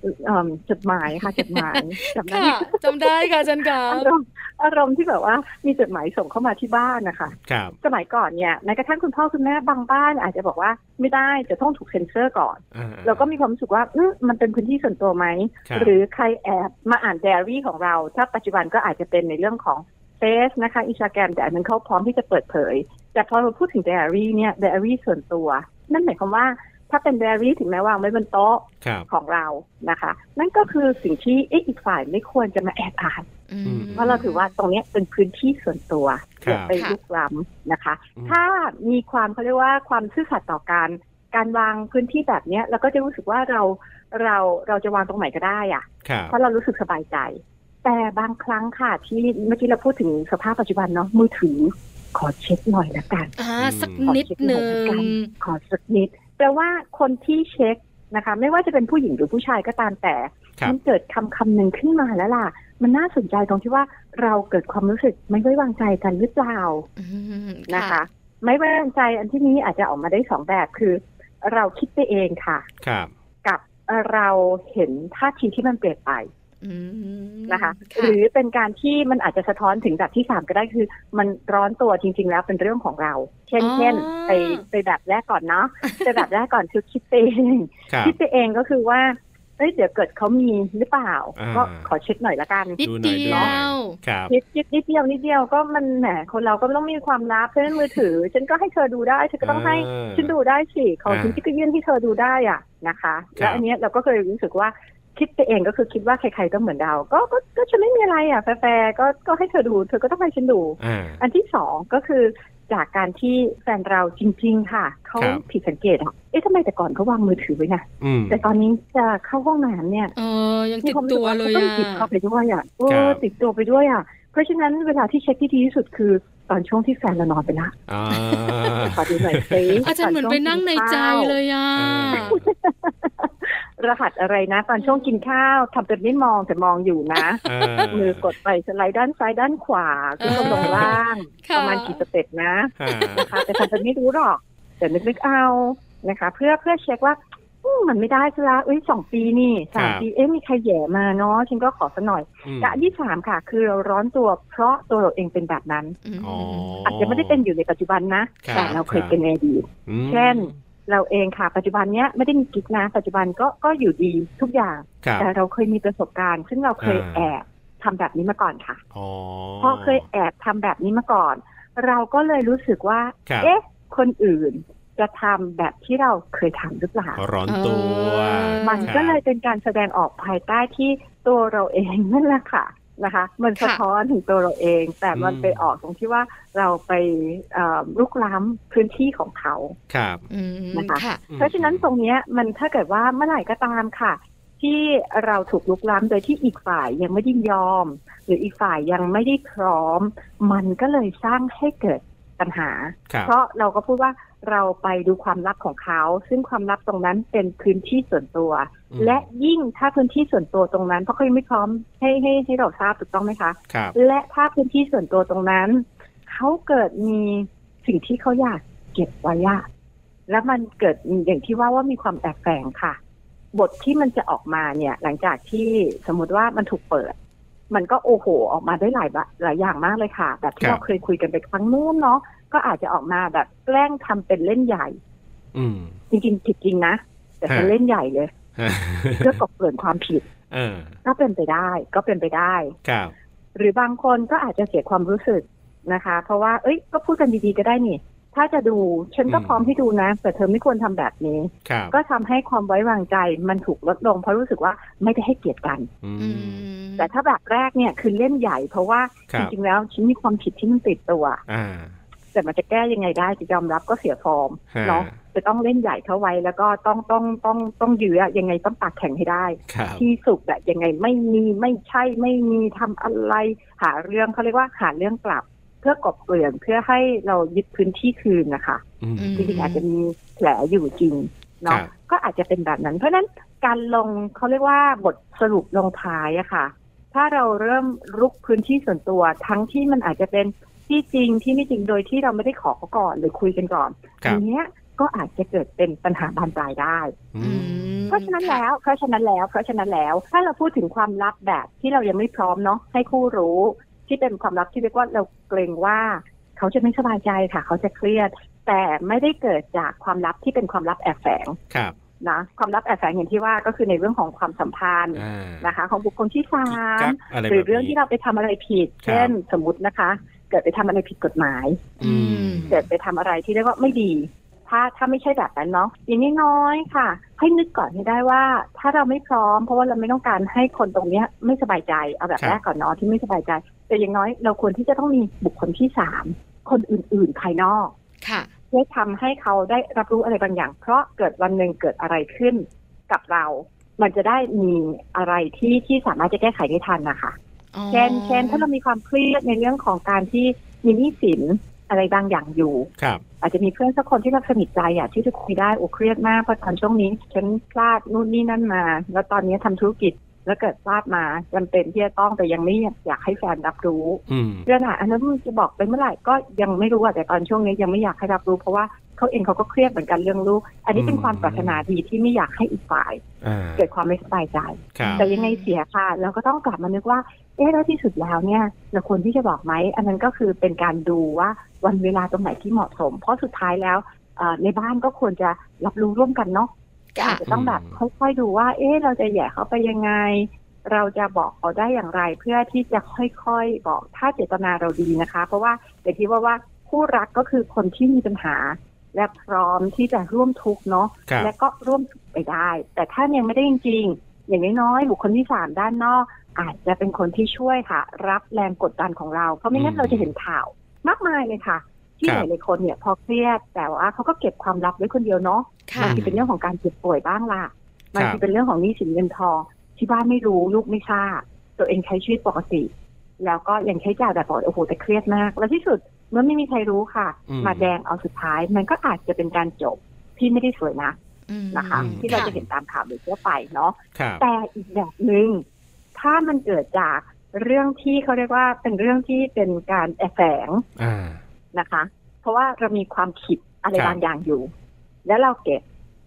Speaker 5: เอิ่มจดหมายค่ะจดหมายจำได้
Speaker 1: ค่ะ
Speaker 5: ไหม
Speaker 1: จำได้ค่ะอาจารย์ขา
Speaker 5: อารมณ์อารมณ์ที่แบบว่ามีจดหมายส่งเข้ามาที่บ้านนะคะ
Speaker 2: ครับ
Speaker 5: สมัยก่อนเนี่ยแม้กระทั่งคุณพ่อคุณแม่บางบ้าน อาจจะบอกว่าไม่ได้จะต้องถูกเซ็นเซอร์ก่อน
Speaker 2: อ่
Speaker 5: เราก็มีความรู้สึกว่าอื้อมันเป็นพื้นที่ส่วนตัวไหม
Speaker 2: คบ
Speaker 5: หรือใครแอบมาอ่านไดอารี่ของเรา ถ้าปัจจุบันก็อาจจะเป็นในเรื่องของเฟซนะคะอินสตาแกรมแต่อันนั้นเขาพร้อมที่จะเปิดเผย แต่พอเราพูดถึงไดอารี่เนี่ยไดอารี่ส่วนตัว นั่นหมายความว่าถ้าเป็นไดอารี่ถึงแม้วางไว้บนโต๊ะ
Speaker 2: ครับ
Speaker 5: ของเรานะคะ นั่นก็คือสิ่งที่เอ๊ะอีกฝ่ายไม่ควรจะมาแอบอ่าน เพราะเราถือว่าตรงเนี้ยเป็นพื้นที่ส่วนตัว
Speaker 2: ครับ
Speaker 5: อย่าไป
Speaker 1: ค่ะ
Speaker 5: ลุกล้ำนะคะ
Speaker 2: อืม
Speaker 5: ถ้ามีความเขาเรียกว่าความซื่อสัตย์ต่อกันการวางพื้นที่แบบเนี้ยเราก็จะรู้สึกว่าเราเราเราจะวางตรงไหนก็ได้อะ
Speaker 2: ครับ
Speaker 5: เพราะเรารู้สึกสบายใจ แต่บางครั้งค่ะที่เมื่อกี้เราพูดถึงสภาพปัจจุบันเนาะมือถือขอเช็คหน่อยละกัน
Speaker 1: อ่าสักนิดหนึ่ง
Speaker 5: ขอสักนิดแปลว่าคนที่เช็คนะคะ ไม่ว่าจะเป็นผู้หญิงหรือผู้ชายก็ตามแต่
Speaker 2: ครับ
Speaker 5: มันเกิดคำคำหนึ่งขึ้นมาแล้วล่ะ มันน่าสนใจตรงที่ว่าเราเกิดความรู้สึกไม่ไว้วางใจกันหรือเปล่า
Speaker 1: อืม
Speaker 5: นะคะ ไม่ไว้วางใจอันที่นี้อาจจะออกมาได้สองแบบคือ เราคิดไปเองค่ะ
Speaker 2: ครับ
Speaker 5: กับเราเห็นท่าทีที่มันเปลี่ยนไป
Speaker 1: อืม
Speaker 5: นะคะหรือเป็นการที่มันอาจจะสะท้อนถึงแบบที่สามก็ได้คือ มันร้อนตัวจริง ๆ แล้วเป็นเรื่องของเรา เช่น
Speaker 1: อ๋อ
Speaker 5: เช่นไปไปแบบแรกก่อนเนาะ ไปแบบแรกก่อนคือคิดไปเอง
Speaker 2: ครับ
Speaker 5: คิดไปเองก็คือว่าเอ้ยเดี๋ยวเกิดเขามีหรือเปล่า
Speaker 2: อ่า
Speaker 5: ก็ขอเช็คหน่อยละกัน
Speaker 1: นิด
Speaker 2: ดูหน่อย
Speaker 1: เดี
Speaker 2: ดู
Speaker 1: ย
Speaker 2: หน่อย
Speaker 1: ว
Speaker 2: ครับ
Speaker 5: คิดคิดนิดเดียวนิดเดียวก็มันแหมคนเราก็ต้องมีความลับเพราะฉะนั้นมือถือ ฉันก็ให้เธอดูได้ฉันก็ต้องให้
Speaker 2: อ่า
Speaker 5: ฉันดูได้สิของ
Speaker 2: อ่า
Speaker 5: ฉันที่ก็ยื่นที่เธอดูได้อ่ะนะคะ
Speaker 2: ครับ
Speaker 5: และอันเนี้ยเราก็เคยรู้สึกว่าคิดไปเองก็คือคิดว่าใครๆก็เหมือนเราก็ก็ก็ฉันไม่มีอะไรอ่ะแฟร์ๆก็ก็ให้เธอดู เธอก็ต้องให้ฉันดู
Speaker 2: อ่า
Speaker 5: อันที่สองก็คือจากการที่แฟนเราจริง ๆ ค่ะเขา
Speaker 2: ครับ
Speaker 5: ผิดสังเกตอ่ะเอ๊ะทำไมแต่ก่อนเขาวางมือถือไว้นะ
Speaker 2: อืม
Speaker 5: แต่ตอนนี้จะเข้าห้องน้ำเนี่ย
Speaker 1: เออ ยัง
Speaker 5: มี
Speaker 1: ติด
Speaker 5: ความรู้
Speaker 1: ตัว
Speaker 5: สึกว่า
Speaker 1: เลย
Speaker 5: เขาต้อง
Speaker 1: อ่ะ
Speaker 5: ติดเข้าไปด้วยอ่ะเอ
Speaker 2: ครั
Speaker 5: อบ ติดตัวไปด้วยอ่ะ เพราะฉะนั้นเวลาที่เช็คที่ดีที่สุดคือตอนช่วงที่แฟนเรานอนไปละ
Speaker 2: อ่า
Speaker 5: ขอดูหน่อยสิ
Speaker 1: อาจารย์เหมือนไปนั่งในใจเลยอ่ะ
Speaker 2: เออ
Speaker 5: รหัสอะไรนะ ตอนช่วงกินข้าวทำเป็นไม่มองแต่มองอยู่นะ
Speaker 2: เออ
Speaker 5: มือกดไปสไลด์ด้านซ้ายด้านขวาขึ้นลงลงล่าง
Speaker 1: ค่ะ
Speaker 5: ประมาณกี่สเต็ปนะ
Speaker 2: ฮะ
Speaker 5: นะคะแต่ทำเป็นไม่รู้หรอก แต่นึกๆเอานะคะ เพื่อเพื่อเช็คว่าอืมมันไม่ได้ซะละอุ้ยสองปีนี่สาม
Speaker 2: ครับ
Speaker 5: ปีเอ๊ะมีใครแหย่มาเนาะฉันก็ขอสักหน่อย
Speaker 2: อืม
Speaker 5: กะที่สามค่ะ คือเราร้อนตัวเพราะตัวเราเองเป็นแบบนั้น
Speaker 1: ม
Speaker 2: อ๋ออ
Speaker 5: อาจจะไม่ได้เป็นอยู่ในปัจจุบันนะ
Speaker 2: ครับ
Speaker 5: แต่เราเคย
Speaker 2: ครับ
Speaker 5: เป็นในอดีต
Speaker 2: อืม
Speaker 5: เช่น เราเองค่ะ ปัจจุบันเนี้ยไม่ได้มีกิ๊กนะ ปัจจุบันก็ก็อยู่ดีทุกอย่าง
Speaker 2: ครับ
Speaker 5: แต่เราเคยมีประสบการณ์ ซึ่งเราเคย
Speaker 2: อ่า
Speaker 5: แอบทำแบบนี้มาก่อนค่ะ
Speaker 2: อ๋อ
Speaker 5: เพราะเคยแอบทำแบบนี้มาก่อน เราก็เลยรู้สึกว่า
Speaker 2: ครับ
Speaker 5: เอ๊ะ คนอื่นจะทำแบบที่เราเคยทำหรือเปล่า
Speaker 2: ร้อนตัว
Speaker 1: อ
Speaker 5: มัน
Speaker 2: ครับ
Speaker 5: ก็เลยเป็นการแสดงออกภายใต้ที่ตัวเราเองนั่นแหละค่ะ นะคะ มัน
Speaker 1: ค่ะ
Speaker 5: สะท้อนถึงตัวเราเอง แต่มัน
Speaker 2: อืม
Speaker 5: ไปออกตรงที่ว่าเราไปเอ่อลุกล้ำพื้นที่ของเขา
Speaker 2: ครับ
Speaker 1: อืม
Speaker 5: นะคะ
Speaker 1: ค่ะ
Speaker 5: เพราะฉะนั้นตรงเนี้ยมันถ้าเกิดว่าเมื่อไหร่ก็ตามค่ะ ที่เราถูกลุกล้ำโดยที่อีกฝ่ายยังไม่ได้ยอม หรืออีกฝ่ายยังไม่ได้พร้อม มันก็เลยสร้างให้เกิดปัญหา
Speaker 2: ครับ
Speaker 5: เพราะเราก็พูดว่าเราไปดูความลับของเขา ซึ่งความลับตรงนั้นเป็นพื้นที่ส่วนตัว
Speaker 2: อืม
Speaker 5: และยิ่งถ้าพื้นที่ส่วนตัวตรงนั้นเพราะเขายังไม่พร้อมให้ให้ให้เราทราบถูกต้องไหมคะ
Speaker 2: ครับ
Speaker 5: และถ้าพื้นที่ส่วนตัวตรงนั้น เขาเกิดมีสิ่งที่เขาอยากเก็บไว้อะแล้วมันเกิดอย่างที่ว่าว่ามีความแอบแฝงค่ะ บทที่มันจะออกมาเนี่ย หลังจากที่สมมติว่ามันถูกเปิด มันก็โอ้โห ออกมาได้หลายบะหลายอย่างมากเลยค่ะ แบบ
Speaker 2: ค
Speaker 5: ที่
Speaker 2: รับ
Speaker 5: เราเคยคุยกันไปครั้งนู้นเนาะก็อาจจะออกมาแบบแกล้งทำเป็นเล่นใหญ่
Speaker 2: อืม
Speaker 5: จริงๆผิดจริงนะแต่เป็น
Speaker 2: ฮะ
Speaker 5: เล่นใหญ่เลยเพื่อกลบเกลื่อนความผิด
Speaker 2: เออ
Speaker 5: ก็เป็นไปได้ ก็เป็นไปได้
Speaker 2: ครับ
Speaker 5: หรือบางคนก็อาจจะเสียความรู้สึกนะคะ เพราะว่า เอ้ย ก็พูดกันดีๆก็ได้นี่ ถ้าจะดูฉันก็พร้อมให้ดูนะ แต่เธอไม่ควรทำแบบนี้
Speaker 2: ครับ
Speaker 5: ก็ทำให้ความไว้วางใจมันถูกลดลง เพราะรู้สึกว่าไม่ได้ให้เกียรติกัน
Speaker 2: อื
Speaker 1: อื
Speaker 2: ม
Speaker 1: ม
Speaker 5: แต่ถ้าแบบแรกเนี่ยคือเล่นใหญ่ เพราะว่า
Speaker 2: ครั
Speaker 5: จ
Speaker 2: บ
Speaker 5: ริงๆแล้วฉันมีความผิดที่มันติดตัว
Speaker 2: อ่า
Speaker 5: แต่มันจะแก้ยังไงได้จะยอมรับก็เสียฟอร์ม
Speaker 2: ฮะ
Speaker 5: เนาะจะต้องเล่นใหญ่เข้าไว้ แล้วก็ต้องต้องต้องต้องยื้อยังไงต้องปากแข็งให้ได้
Speaker 2: ครับ
Speaker 5: ที่สุดอะยังไงไม่มีไม่ใช่ไม่มีทำอะไร หาเรื่องเขาเรียกว่าหาเรื่องกลับ เพื่อกลบเกลื่อนเพื่อให้เรายึดพื้นที่คืนนะคะ
Speaker 2: อืม
Speaker 1: อื
Speaker 5: จ
Speaker 1: ม
Speaker 5: ริงๆอาจจะมีแผลอยู่จริง
Speaker 2: ค
Speaker 5: เนาะ
Speaker 2: รับ
Speaker 5: ก็อาจจะเป็นแบบนั้น เพราะฉะนั้นการลงเขาเรียกว่าบทสรุปลงท้ายอะค่ะ ถ้าเราเริ่มรุกพื้นที่ส่วนตัว ทั้งที่มันอาจจะเป็นที่จริงที่ไม่จริงโดยที่เราไม่ได้ขอเขาก่อนหรือคุยกันก่อน
Speaker 2: ครั
Speaker 5: อั
Speaker 2: บ
Speaker 5: นเนี้ยก็อาจจะเกิดเป็นปัญหาบานปลายได้
Speaker 2: อื
Speaker 1: อื
Speaker 2: ม
Speaker 1: ม
Speaker 5: เพราะฉะนั้น
Speaker 1: ค่
Speaker 5: แล้ว เพราะฉะนั้นแล้ว เพราะฉะนั้นแล้ว ถ้าเราพูดถึงความลับแบบที่เรายังไม่พร้อมเนาะให้คู่รู้ ที่เป็นความลับที่เรียกว่าเราเกรงว่า เขาจะไม่สบายใจค่ะ เขาจะเครียด แต่ไม่ได้เกิดจากความลับที่เป็นความลับแอบแฝง
Speaker 2: ครับ
Speaker 5: นะความลับแอบแฝงอย่างที่ว่าก็คือในเรื่องของความสัมพันธ์
Speaker 2: อ่า
Speaker 5: นะคะ ของบุคคลที่สา
Speaker 2: ค
Speaker 5: ม
Speaker 2: บอะไร
Speaker 5: หรือ
Speaker 2: แบบนี้
Speaker 5: เรื่องที่เราไปทำอะไรผิด
Speaker 2: ครับ
Speaker 5: เช่นสมมตินะคะ เกิดไปทำอะไรผิดกฎหมาย
Speaker 2: อืม
Speaker 5: เกิดไปทำอะไรที่เรียกว่าไม่ดี ถ้าถ้าไม่ใช่แบบนั้นเนาะอย่างน้อยๆค่ะ ให้นึกก่อนให้ได้ว่า ถ้าเราไม่พร้อม เพราะว่าเราไม่ต้องการให้คนตรงเนี้ยไม่สบายใจเอาแบบ
Speaker 2: ครับ
Speaker 5: แรกก่อนเนาะที่ไม่สบายใจ แต่อย่างน้อยเราควรที่จะต้องมีบุคคลที่สามคนอื่นๆภายนอก
Speaker 1: ค่ะ
Speaker 5: เพื่อทำให้เขาได้รับรู้อะไรบางอย่าง เพราะเกิดวันหนึ่งเกิดอะไรขึ้นกับเรา มันจะได้มีอะไรที่ที่สามารถจะแก้ไขได้ทันนะคะ
Speaker 1: อ๋อ
Speaker 5: เช่นเช่นถ้าเรามีความเครียดในเรื่องของการที่มีหนี้สินอะไรบางอย่างอยู่
Speaker 2: ครับ
Speaker 5: อาจจะมีเพื่อนสักคนที่เราสนิทใจอ่ะที่จะคุยได้โอ้เครียดมากเพราะตอนช่วงนี้ฉันพลาดนู่นนี่นั่นมา แล้วตอนนี้ทำธุรกิจแล้วเกิดพลาดมาจำเป็นที่จะต้องแต่ยังไม่อยากให้แฟนรับรู้
Speaker 2: อืม
Speaker 5: เรื่องอ่ะอันนั้นจะบอกไปเมื่อไหร่ก็ยังไม่รู้อ่ะแต่ตอนช่วงนี้ยังไม่อยากให้รับรู้ เพราะว่าเขาเองเขาก็เครียดเหมือนกันเรื่องลูก อันนี้เป็นความปรารถนาดีที่ไม่อยากให้อีกฝ่าย
Speaker 2: อ่า
Speaker 5: เกิดความไม่สบายใจ
Speaker 2: ครับ
Speaker 5: แต่ยังไงเสียค่ะ เราก็ต้องกลับมานึกว่า เอ๊ะแล้วที่สุดแล้วเนี่ยเราควรที่จะบอกไหม อันนั้นก็คือเป็นการดูว่าวันเวลาตรงไหนที่เหมาะสม เพราะสุดท้ายแล้วเอ่อในบ้านก็ควรจะรับรู้ร่วมกันเนาะ
Speaker 1: ค่ะ
Speaker 5: อาจจะต้องแบบค่อยๆดูว่า เอ๊ะเราจะแหย่เขาไปยังไง เราจะบอกเขาได้อย่างไร เพื่อที่จะค่อยๆบอกถ้าเจตนาเราดีนะคะ เพราะว่าแต่ที่ว่าว่าคู่รักก็คือคนที่มีปัญหา และพร้อมที่จะร่วมทุกข์เนาะ
Speaker 2: ครับ
Speaker 5: และก็ร่วมสุขไปได้ แต่ถ้ายังไม่ได้จริงๆ อย่างน้อยๆ บุคคลที่สามด้านนอก อาจจะเป็นคนที่ช่วยค่ะ รับแรงกดดันของเรา เพราะไม่งั้นเราจะเห็นข่าว มากมายเลยค่ะ ที่หลายๆคนเนี่ยพอเครียด แต่ว่าเขาก็เก็บความลับไว้คนเดียวเนาะ
Speaker 1: ค่ะ
Speaker 5: บางทีเป็นเรื่องของการเจ็บป่วยบ้างล่ะบาง
Speaker 2: ครั
Speaker 5: ที
Speaker 2: บ
Speaker 5: เป็นเรื่องของหนี้สินเงินทองที่บ้านไม่รู้ลูกไม่ทราบตัวเองใช้ชีวิตปกติ แล้วก็ยังใช้จ่ายแบบปกติโอ้โหแต่เครียดมาก แล้วที่สุดเมื่อไม่มีใครรู้ค่ะ
Speaker 2: อืม
Speaker 5: มาแดงเอาสุดท้าย มันก็อาจจะเป็นการจบที่ไม่ได้สวยนะ
Speaker 1: อืม
Speaker 5: นะคะ
Speaker 2: อืม
Speaker 5: ที่เราจะเห็นตามข่าวโดยทั่วไปเนาะ
Speaker 2: ครับ
Speaker 5: แต่อีกแบบหนึ่งถ้ามันเกิดจากเรื่องที่เขาเรียกว่าเป็นเรื่องที่เป็นการแอบแฝง
Speaker 2: อ่า
Speaker 5: นะคะ เพราะว่าเรามีความผิดอะไร
Speaker 2: ครับ
Speaker 5: บางอย่างอยู่ แล้วเราเก็บ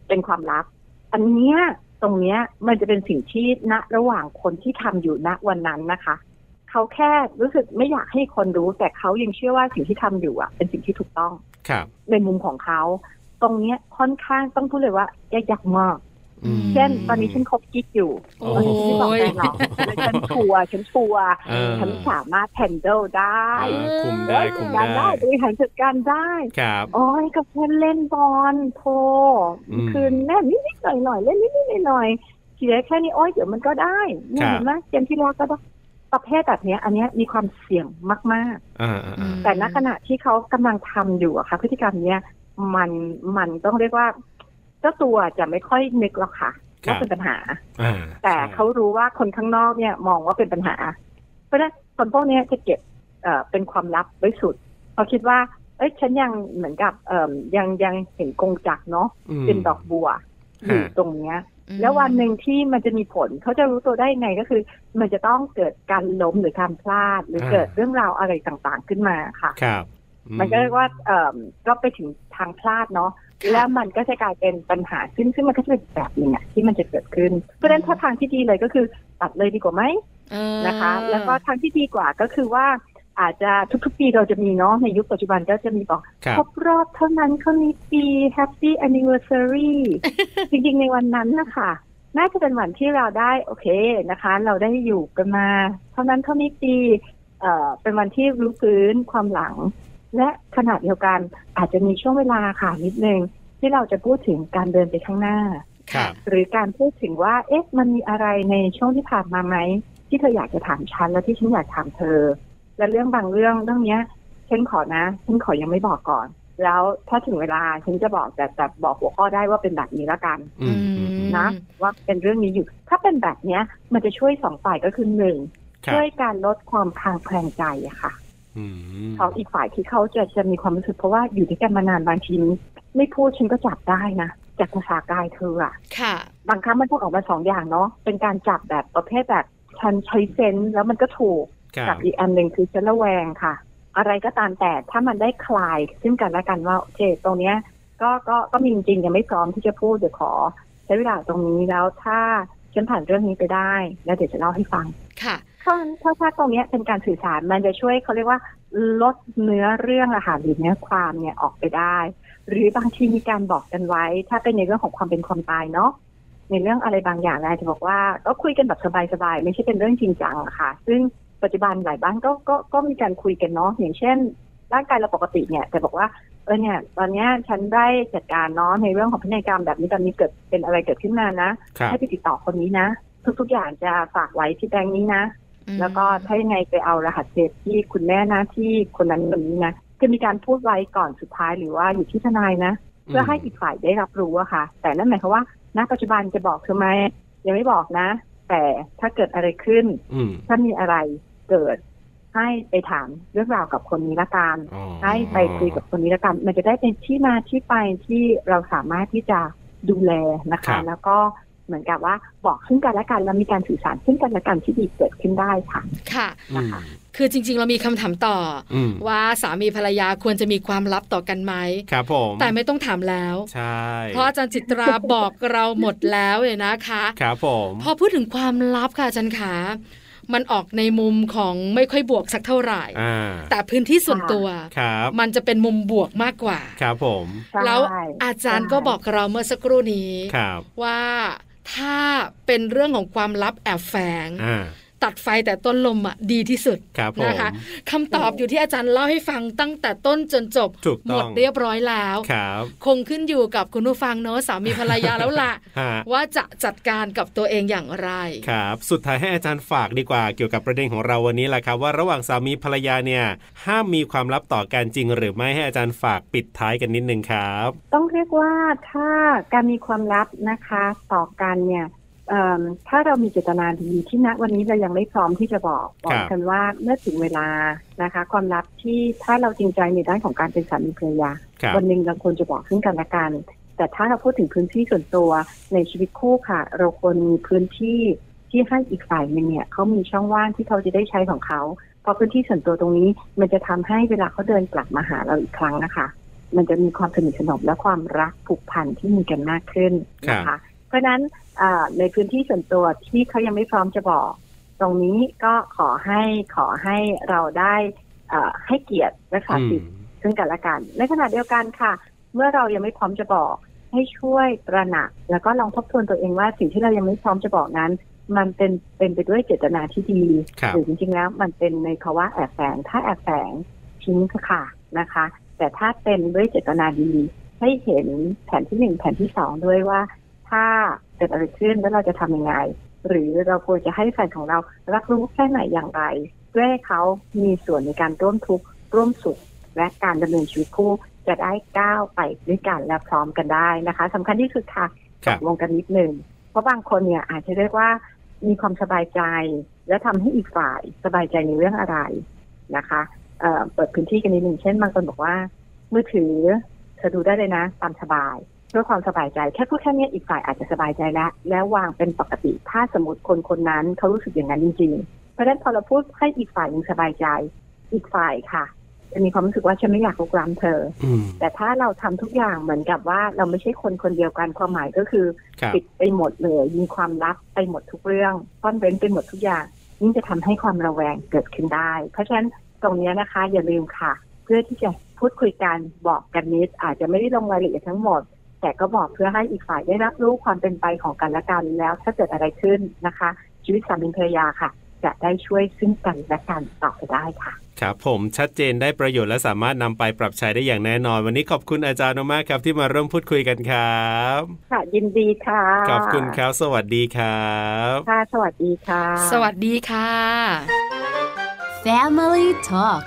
Speaker 5: เป็นความลับ อันเนี้ยตรงเนี้ยมันจะเป็นสิ่งที่ณระหว่างคนที่ทำอยู่ณวันนั้นนะคะเขาแค่รู้สึกไม่อยากให้คนรู้ แต่เขายังเชื่อว่าสิ่งที่ทำอยู่อะเป็นสิ่งที่ถูกต้อง
Speaker 2: ครับ
Speaker 5: ในมุมของเขา ตรงเนี้ยค่อนข้างต้องพูดเลยว่ายากยากมาก
Speaker 2: อืม
Speaker 5: เช่น ตอนนี้ฉันคบกิ๊กอยู่
Speaker 1: โอ้
Speaker 5: ตอนนี้ฉัน
Speaker 1: ย
Speaker 5: ไม่บอกแฟนหรอกแต่ฉันชัวร์ฉันชัวร์
Speaker 2: เออ
Speaker 5: ฉันสามารถแ a นเดิลได้
Speaker 2: อ่าคุมได้คุม
Speaker 5: การ
Speaker 2: ได้
Speaker 5: ได้บริหารจัดการได้
Speaker 2: ครับ
Speaker 5: โอ้ยกับเพื่อนเล่นบอลโทร
Speaker 2: อืม
Speaker 5: คืนแน่นิดนิดหน่อยหน่อยๆเล่นนิดนิดหน่อยหน่อยๆเสียแค่นี้โอ้ยเดี๋ยวมันก็ได้เนี่ย
Speaker 2: ครับ
Speaker 5: เห็นไหมเกมที่แล้วก็ได้ประเภทแบบเนี้ย อันเนี้ยมีความเสี่ยงมาก
Speaker 2: อ่าอ่าอ่า
Speaker 5: ๆ แต่ณขณะที่เขากำลังทำอยู่อะค่ะ พฤติกรรมเนี้ยมันมันต้องเรียกว่าเจ้าตัวจะไม่ค่อยนึกหรอกค่ะ
Speaker 2: ครั
Speaker 5: ว่า
Speaker 2: บ
Speaker 5: เป็นปัญหา
Speaker 2: อ่า
Speaker 5: แต่
Speaker 2: ใช่
Speaker 5: เขารู้ว่าคนข้างนอกเนี่ยมองว่าเป็นปัญหา เพราะฉะนั้นคนพวกเนี้ยจะเก็บเอ่อเป็นความลับไว้สุดเพราะคิดว่า เอ้ยฉันยังเหมือนกับเอ่มยังยังเห็นกงจักรเนาะ
Speaker 2: ม
Speaker 5: เป็นดอกบัวอยู่ตรงเนี้ย แล้ววันหนึ่งที่มันจะมีผลเขาจะรู้ตัวได้ยังไงก็คือ มันจะต้องเกิดการล้มหรือการพลาด หรือ
Speaker 2: ฮะ
Speaker 5: เกิดเรื่องราวอะไรต่างๆขึ้นมาค่ะ
Speaker 2: ครับ
Speaker 5: มันก็เรียกว่าเอ่มก็ไปถึงทางพลาดเนาะแล้วมันก็จะกลายเป็นปัญหาซึ่งซึ่งมันก็จะเป็นแบบหนึงอะที่มันจะเกิดขึ้น เพราะฉะนั้นถ้าทางที่ดีเลยก็คือตัดเลยดีกว่าไหม
Speaker 1: เออ
Speaker 5: นะคะ แล้วก็ทางที่ดีกว่าก็คือว่าอาจจะทุกๆปีเราจะมีเนาะในยุคปัจจุบันก็จะมีบอก
Speaker 2: ครับ
Speaker 5: ครบรอบเท่านั้นเขามีปี Happy Anniversary จริงๆ ในวันนั้นนะคะน่าจะเป็นวันที่เราได้โอเคนะคะ เราได้อยู่กันมา เท่านั้นเท่านี้ปีเอ่อเป็นวันที่รู้ฟื้นความหลัง และขณะเดียวกันอาจจะมีช่วงเวลาค่ะนิดนึง ที่เราจะพูดถึงการเดินไปข้างหน้า
Speaker 2: ครับ
Speaker 5: หรือการพูดถึงว่าเอ๊ะมันมีอะไรในช่วงที่ผ่านมาไหม ที่เธออยากจะถามฉันและที่ฉันอยากถามเธอ และเรื่องบางเรื่องเรื่องเนี้ยฉันขอนะฉันขอยังไม่บอกก่อน แล้วถ้าถึงเวลาฉันจะบอกแต่แต่บอกหัวข้อได้ว่าเป็นแบบนี้ละกัน
Speaker 2: อืมอืมอืม
Speaker 5: นะ ว่าเป็นเรื่องนี้อยู่ ถ้าเป็นแบบเนี้ย มันจะช่วยสองฝ่ายก็คือหนึ่ง
Speaker 2: ครับ
Speaker 5: ช่วยการลดความคลางแคลงใจอะค่ะ
Speaker 2: อืม
Speaker 5: เขาอีกฝ่ายที่เขาจะจะมีความรู้สึกเพราะว่าอยู่ด้วยกันมานานบางทีไม่พูดฉันก็จับได้นะจากภาษากายเธออะ
Speaker 1: ค่ะ
Speaker 5: บางครั้งมันพูดออกมาสองอย่างเนาะ เป็นการจับแบบประเภทแบบฉันใช้เซนส์แล้วมันก็ถูก
Speaker 2: ครั
Speaker 5: กับ บอีกอันหนึ่งคือฉันระแวงค่ะ อะไรก็ตามแต่ถ้ามันได้คลายซึ่งกันและกันว่าโอเคตรงเนี้ยก็ก็ก็มีจริงๆยังไม่พร้อมที่จะพูดเดี๋ยวขอ ใช้เวลาตรงนี้แล้วถ้าฉันผ่านเรื่องนี้ไปได้ แล้วเดี๋ยวจะเล่าให้ฟัง
Speaker 1: ค่ะ
Speaker 5: ถ้าถ้าถ้าตรงเนี้ยเป็นการสื่อสารมันจะช่วยเขาเรียกว่า ลดเนื้อเรื่องอะค่ะหรือเนื้อความเนี่ยออกไปได้ หรือบางทีมีการบอกกันไว้ ถ้าเป็นในเรื่องของความเป็นความตายเนาะในเรื่องอะไรบางอย่างนะจะบอกว่าก็คุยกันแบบสบายๆไม่ใช่เป็นเรื่องจริงจังอะค่ะ ซึ่งปัจจุบันหลายบ้านก็ก็ก็มีการคุยกันเนาะอย่างเช่น ร่างกายเราปกติเนี่ยแต่บอกว่าเออเนี่ยตอนเนี้ยฉันได้จัดการเนาะในเรื่องของพินัยกรรมแบบนี้แบบนี้เกิดเป็นอะไรเกิดขึ้นมานะครับ ให้ไปติดต่อคนนี้นะ ทุกๆอย่างจะฝากไว้ที่แบงค์นี้นะ แล้วก็ถ้ายังไงไปเอารหัสเซฟที่คุณแม่นะที่คนนั้นคนนี้นะจะมีการพูดไว้ก่อนสุดท้ายหรือว่าอยู่ที่ทนายนะ เพื่อให้อีกฝ่ายได้รับรู้อะค่ะ แต่นั่นหมายความว่าณปัจจุบันจะบอกเธอไหมยังไม่บอกนะ แต่ถ้าเกิดอะไรขึ้น
Speaker 2: อืม
Speaker 5: ถ้ามีอะไรเกิด ให้ไปถามเรื่องราวกับคนนี้ละกัน
Speaker 2: อ๋อ
Speaker 5: ให้ไปคุยกับคนนี้ละกันมันจะได้เป็นที่มาที่ไปที่เราสามารถที่จะดูแลนะ
Speaker 2: ครั
Speaker 5: คะ
Speaker 2: บ
Speaker 5: แล้วก็เหมือนกับว่าบอกซึ่งกันและกันแล้วมีการสื่อสารซึ่งกันและกันที่ดีเกิดขึ้นได้ค่ะ
Speaker 1: ค่ะ
Speaker 2: อืม
Speaker 1: คือจริง ๆ เรามีคำถามต่ออ
Speaker 2: อืม
Speaker 1: ว่าสามีภรรยาควรจะมีความลับต่อกันไหม
Speaker 2: ครับผม
Speaker 1: แต่ไม่ต้องถามแล้ว
Speaker 2: ใช่
Speaker 1: เพราะอาจารย์จิตรา บอกเราหมดแล้วเลยนะคะ
Speaker 2: ครับผม
Speaker 1: พอพูดถึงความลับค่ะอาจารย์ขา มันออกในมุมของไม่ค่อยบวกสักเท่าไหร่
Speaker 2: อ่า
Speaker 1: แต่พื้นที่ส่วนตัว
Speaker 2: ครับ
Speaker 1: มันจะเป็นมุมบวกมากกว่า
Speaker 2: ครับผม
Speaker 5: ใช่
Speaker 1: แล้วอาจารย์ก็บอกเราเมื่อสักครู่นี้
Speaker 2: ครับ
Speaker 1: ว่าถ้าเป็นเรื่องของความลับแอบแฝง
Speaker 2: อ่า
Speaker 1: ตัดไฟแต่ต้นลมอ่ะดีที่สุด
Speaker 2: ครับผม
Speaker 1: นะคะคำตอบอยู่ที่อาจารย์เล่าให้ฟังตั้งแต่ต้นจนจบ
Speaker 2: ถูก
Speaker 1: หม
Speaker 2: ต้อง
Speaker 1: ดเรียบร้อยแล้ว
Speaker 2: ครับ
Speaker 1: คงขึ้นอยู่กับคุณผู้ฟังเนอะสามีภรรยาแล้วล่ะ
Speaker 2: ฮะ
Speaker 1: ว่าจะจัดการกับตัวเองอย่างไร
Speaker 2: ครับ สุดท้ายให้อาจารย์ฝากดีกว่า เกี่ยวกับประเด็นของเราวันนี้แหละครับ ว่าระหว่างสามีภรรยาเนี่ย ห้ามมีความลับต่อกันจริง หรือไม่ให้อาจารย์ฝากปิดท้ายกันนิดนึงครับ
Speaker 5: ต้องเรียกว่าถ้าการมีความลับนะคะต่อกันเนี่ยเอิ่มถ้าเรามีเจตนาดีที่ณวันนี้เรายังไม่พร้อมที่จะบอกบอ
Speaker 2: ครั
Speaker 5: ก
Speaker 2: บ
Speaker 5: กันว่าเมื่อถึงเวลานะคะ ความลับที่ถ้าเราจริงใจในด้านของการเป็นสามีภรรยา
Speaker 2: ครับ
Speaker 5: วันหนึ่งเราควรจะบอกซึ่งกันและกัน แต่ถ้าเราพูดถึงพื้นที่ส่วนตัวในชีวิตคู่ค่ะ เราควรมีพื้นที่ที่ให้อีกฝ่ายหนึ่งเนี่ยเขามีช่องว่างที่เขาจะได้ใช้ของเขาเพราะพื้นที่ส่วนตัวตรงนี้ มันจะทำให้เวลาเขาเดินกลับมาหาเราอีกครั้งนะคะ มันจะมีความสนิทสนมและความรักผูกพันที่มีกันมากขึ้นนะ
Speaker 2: ครั
Speaker 5: คะ
Speaker 2: บ
Speaker 5: เพราะฉะนั้นเอ่อในพื้นที่ส่วนตัวที่เขายังไม่พร้อมจะบอก ตรงนี้ก็ขอให้ขอให้เราได้เอ่อให้เกียรติรักษา
Speaker 2: อื
Speaker 5: สิท
Speaker 2: ม
Speaker 5: ธิ ซึ่งกันและกัน ในขณะเดียวกันค่ะ เมื่อเรายังไม่พร้อมจะบอก ให้ช่วยตระหนัก แล้วก็ลองทบทวนตัวเองว่าสิ่งที่เรายังไม่พร้อมจะบอกนั้น มันเป็นเป็นไปด้วยเจตนาที่ดี
Speaker 2: ครับ
Speaker 5: หรือจริงๆแล้วมันเป็นในภาวะแอบแฝง ถ้าแอบแฝงทิ้งเถอะค่ะนะคะ แต่ถ้าเป็นด้วยเจตนาดี ให้เห็นแผนที่หนึ่งแผนที่สองด้วยว่า ถ้าเกิดอะไรขึ้นแล้วเราจะทำยังไง หรือเราควรจะให้แฟนของเรารับรู้แค่ไหนอย่างไรเพื่อให้เขามีส่วนในการร่วมทุกข์ร่วมสุข และการดำเนินชีวิตคู่จะได้ก้าวไปด้วยกันและพร้อมกันได้นะคะสำคัญที่สุดค่ะ
Speaker 2: ค
Speaker 5: ต
Speaker 2: รับ
Speaker 5: กลงกันนิดหนึ่งเพราะบางคนเนี่ยอาจจะเรียกว่ามีความสบายใจ และทำให้อีกฝ่ายสบายใจในเรื่องอะไรนะคะเอ่อเปิดพื้นที่กันนิดหนึ่งเช่นบางคนบอกว่ามือถือเธอดูได้เลยนะตามสบาย เพื่อความสบายใจแค่พูดแค่เนี้ยอีกฝ่ายอาจจะสบายใจแล้ว แล้ววางเป็นปกติ ถ้าสมมติคนคนนั้นเขารู้สึกอย่างนั้นจริงๆ เพราะฉะนั้นพอเราพูดให้อีกฝ่ายหนึ่งสบายใจ อีกฝ่ายค่ะ จะมีความรู้สึกว่าฉันไม่อยากลุกล้ำเธอ
Speaker 2: อืม
Speaker 5: แต่ถ้าเราทำทุกอย่างเหมือนกับว่าเราไม่ใช่คนคนเดียวกันความหมายก็คือ
Speaker 2: ครับ
Speaker 5: ปิดไปหมดเลยมีความลับไปหมดทุกเรื่องซ่อนเร้นไปหมดทุกอย่างยิ่งจะทำให้ความระแวงเกิดขึ้นได้ เพราะฉะนั้นตรงเนี้ยนะคะ อย่าลืมค่ะ เพื่อที่จะพูดคุยกันบอกกันนิดอาจจะไม่ได้ลงรายละเอียดทั้งหมด แต่ก็บอกเพื่อให้อีกฝ่ายได้รับรู้ความเป็นไปของกันและกันแล้วถ้าเกิดอะไรขึ้นนะคะ ชีวิตสามีภรรยาค่ะ จะได้ช่วยซึ่งกันและกันต่อไปได้ค่ะ
Speaker 2: ครับผมชัดเจนได้ประโยชน์และสามารถนำไปปรับใช้ได้อย่างแน่นอน วันนี้ขอบคุณอาจารย์มากๆครับ ที่มาร่วมพูดคุยกันครับ
Speaker 5: ค่ะยินดีค่ะ
Speaker 2: ขอบคุณครับ สวัสดีครับ
Speaker 5: ค่ะสวัสดีค่ะ
Speaker 1: สวัสดีค่ะ
Speaker 4: Family Talk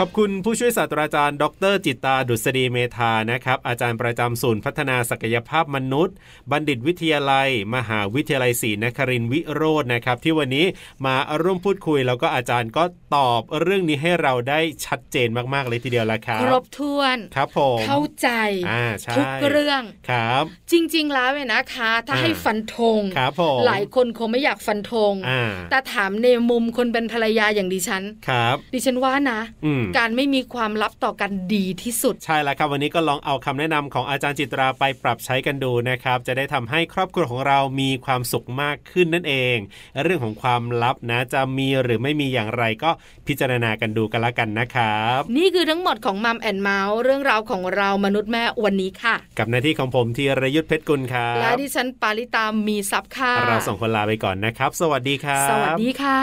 Speaker 2: ขอบคุณผู้ช่วยศาสตราจารย์ ดร จิตตาดุษฎีเมธานะครับอาจารย์ประจำศูนย์พัฒนาศักยภาพมนุษย์ บัณฑิตวิทยาลัย มหาวิทยาลัยศรีนครินทร์วิโรจน์นะครับ ที่วันนี้มาร่วมพูดคุย แล้วก็อาจารย์ก็ตอบเรื่องนี้ให้เราได้ชัดเจนมากๆเลยทีเดียวละครับ
Speaker 1: ครบถ้วน
Speaker 2: ครับผม
Speaker 1: เข้าใจ
Speaker 2: อ่าใช่
Speaker 1: ทุกเรื่อง
Speaker 2: ครับ
Speaker 1: จริง ๆ แล้วเนี่ยนะคะ ถ้า
Speaker 2: อ่า
Speaker 1: ให้ฟันธง
Speaker 2: ครับผม
Speaker 1: หลายคนคงไม่อยากฟันธง
Speaker 2: อ่า
Speaker 1: แต่ถามในมุมคนเป็นภรรยาอย่างดิฉัน
Speaker 2: ครับ
Speaker 1: ดิฉันว่านะ
Speaker 2: อืม
Speaker 1: การไม่มีความลับต่อกันดีที่สุด
Speaker 2: ใช่แล้วครับ วันนี้ก็ลองเอาคำแนะนำของอาจารย์จิตราไปปรับใช้กันดูนะครับ จะได้ทำให้ครอบครัวของเรามีความสุขมากขึ้นนั่นเอง เรื่องของความลับนะจะมีหรือไม่มีอย่างไรก็พิจารณากันดูกันละกันนะครับ
Speaker 1: นี่คือทั้งหมดของมัมแอนเมาส์เรื่องราวของเรามนุษย์แม่วันนี้ค่ะ
Speaker 2: กับหน้าที่ของผมธีรยุทธเพชรกุลครับ
Speaker 1: และดิฉันปาริตามีซับค่ะ
Speaker 2: เราส่งคนลาไปก่อนนะครับ สวัสดีครับ
Speaker 1: สวัสดีค่ะ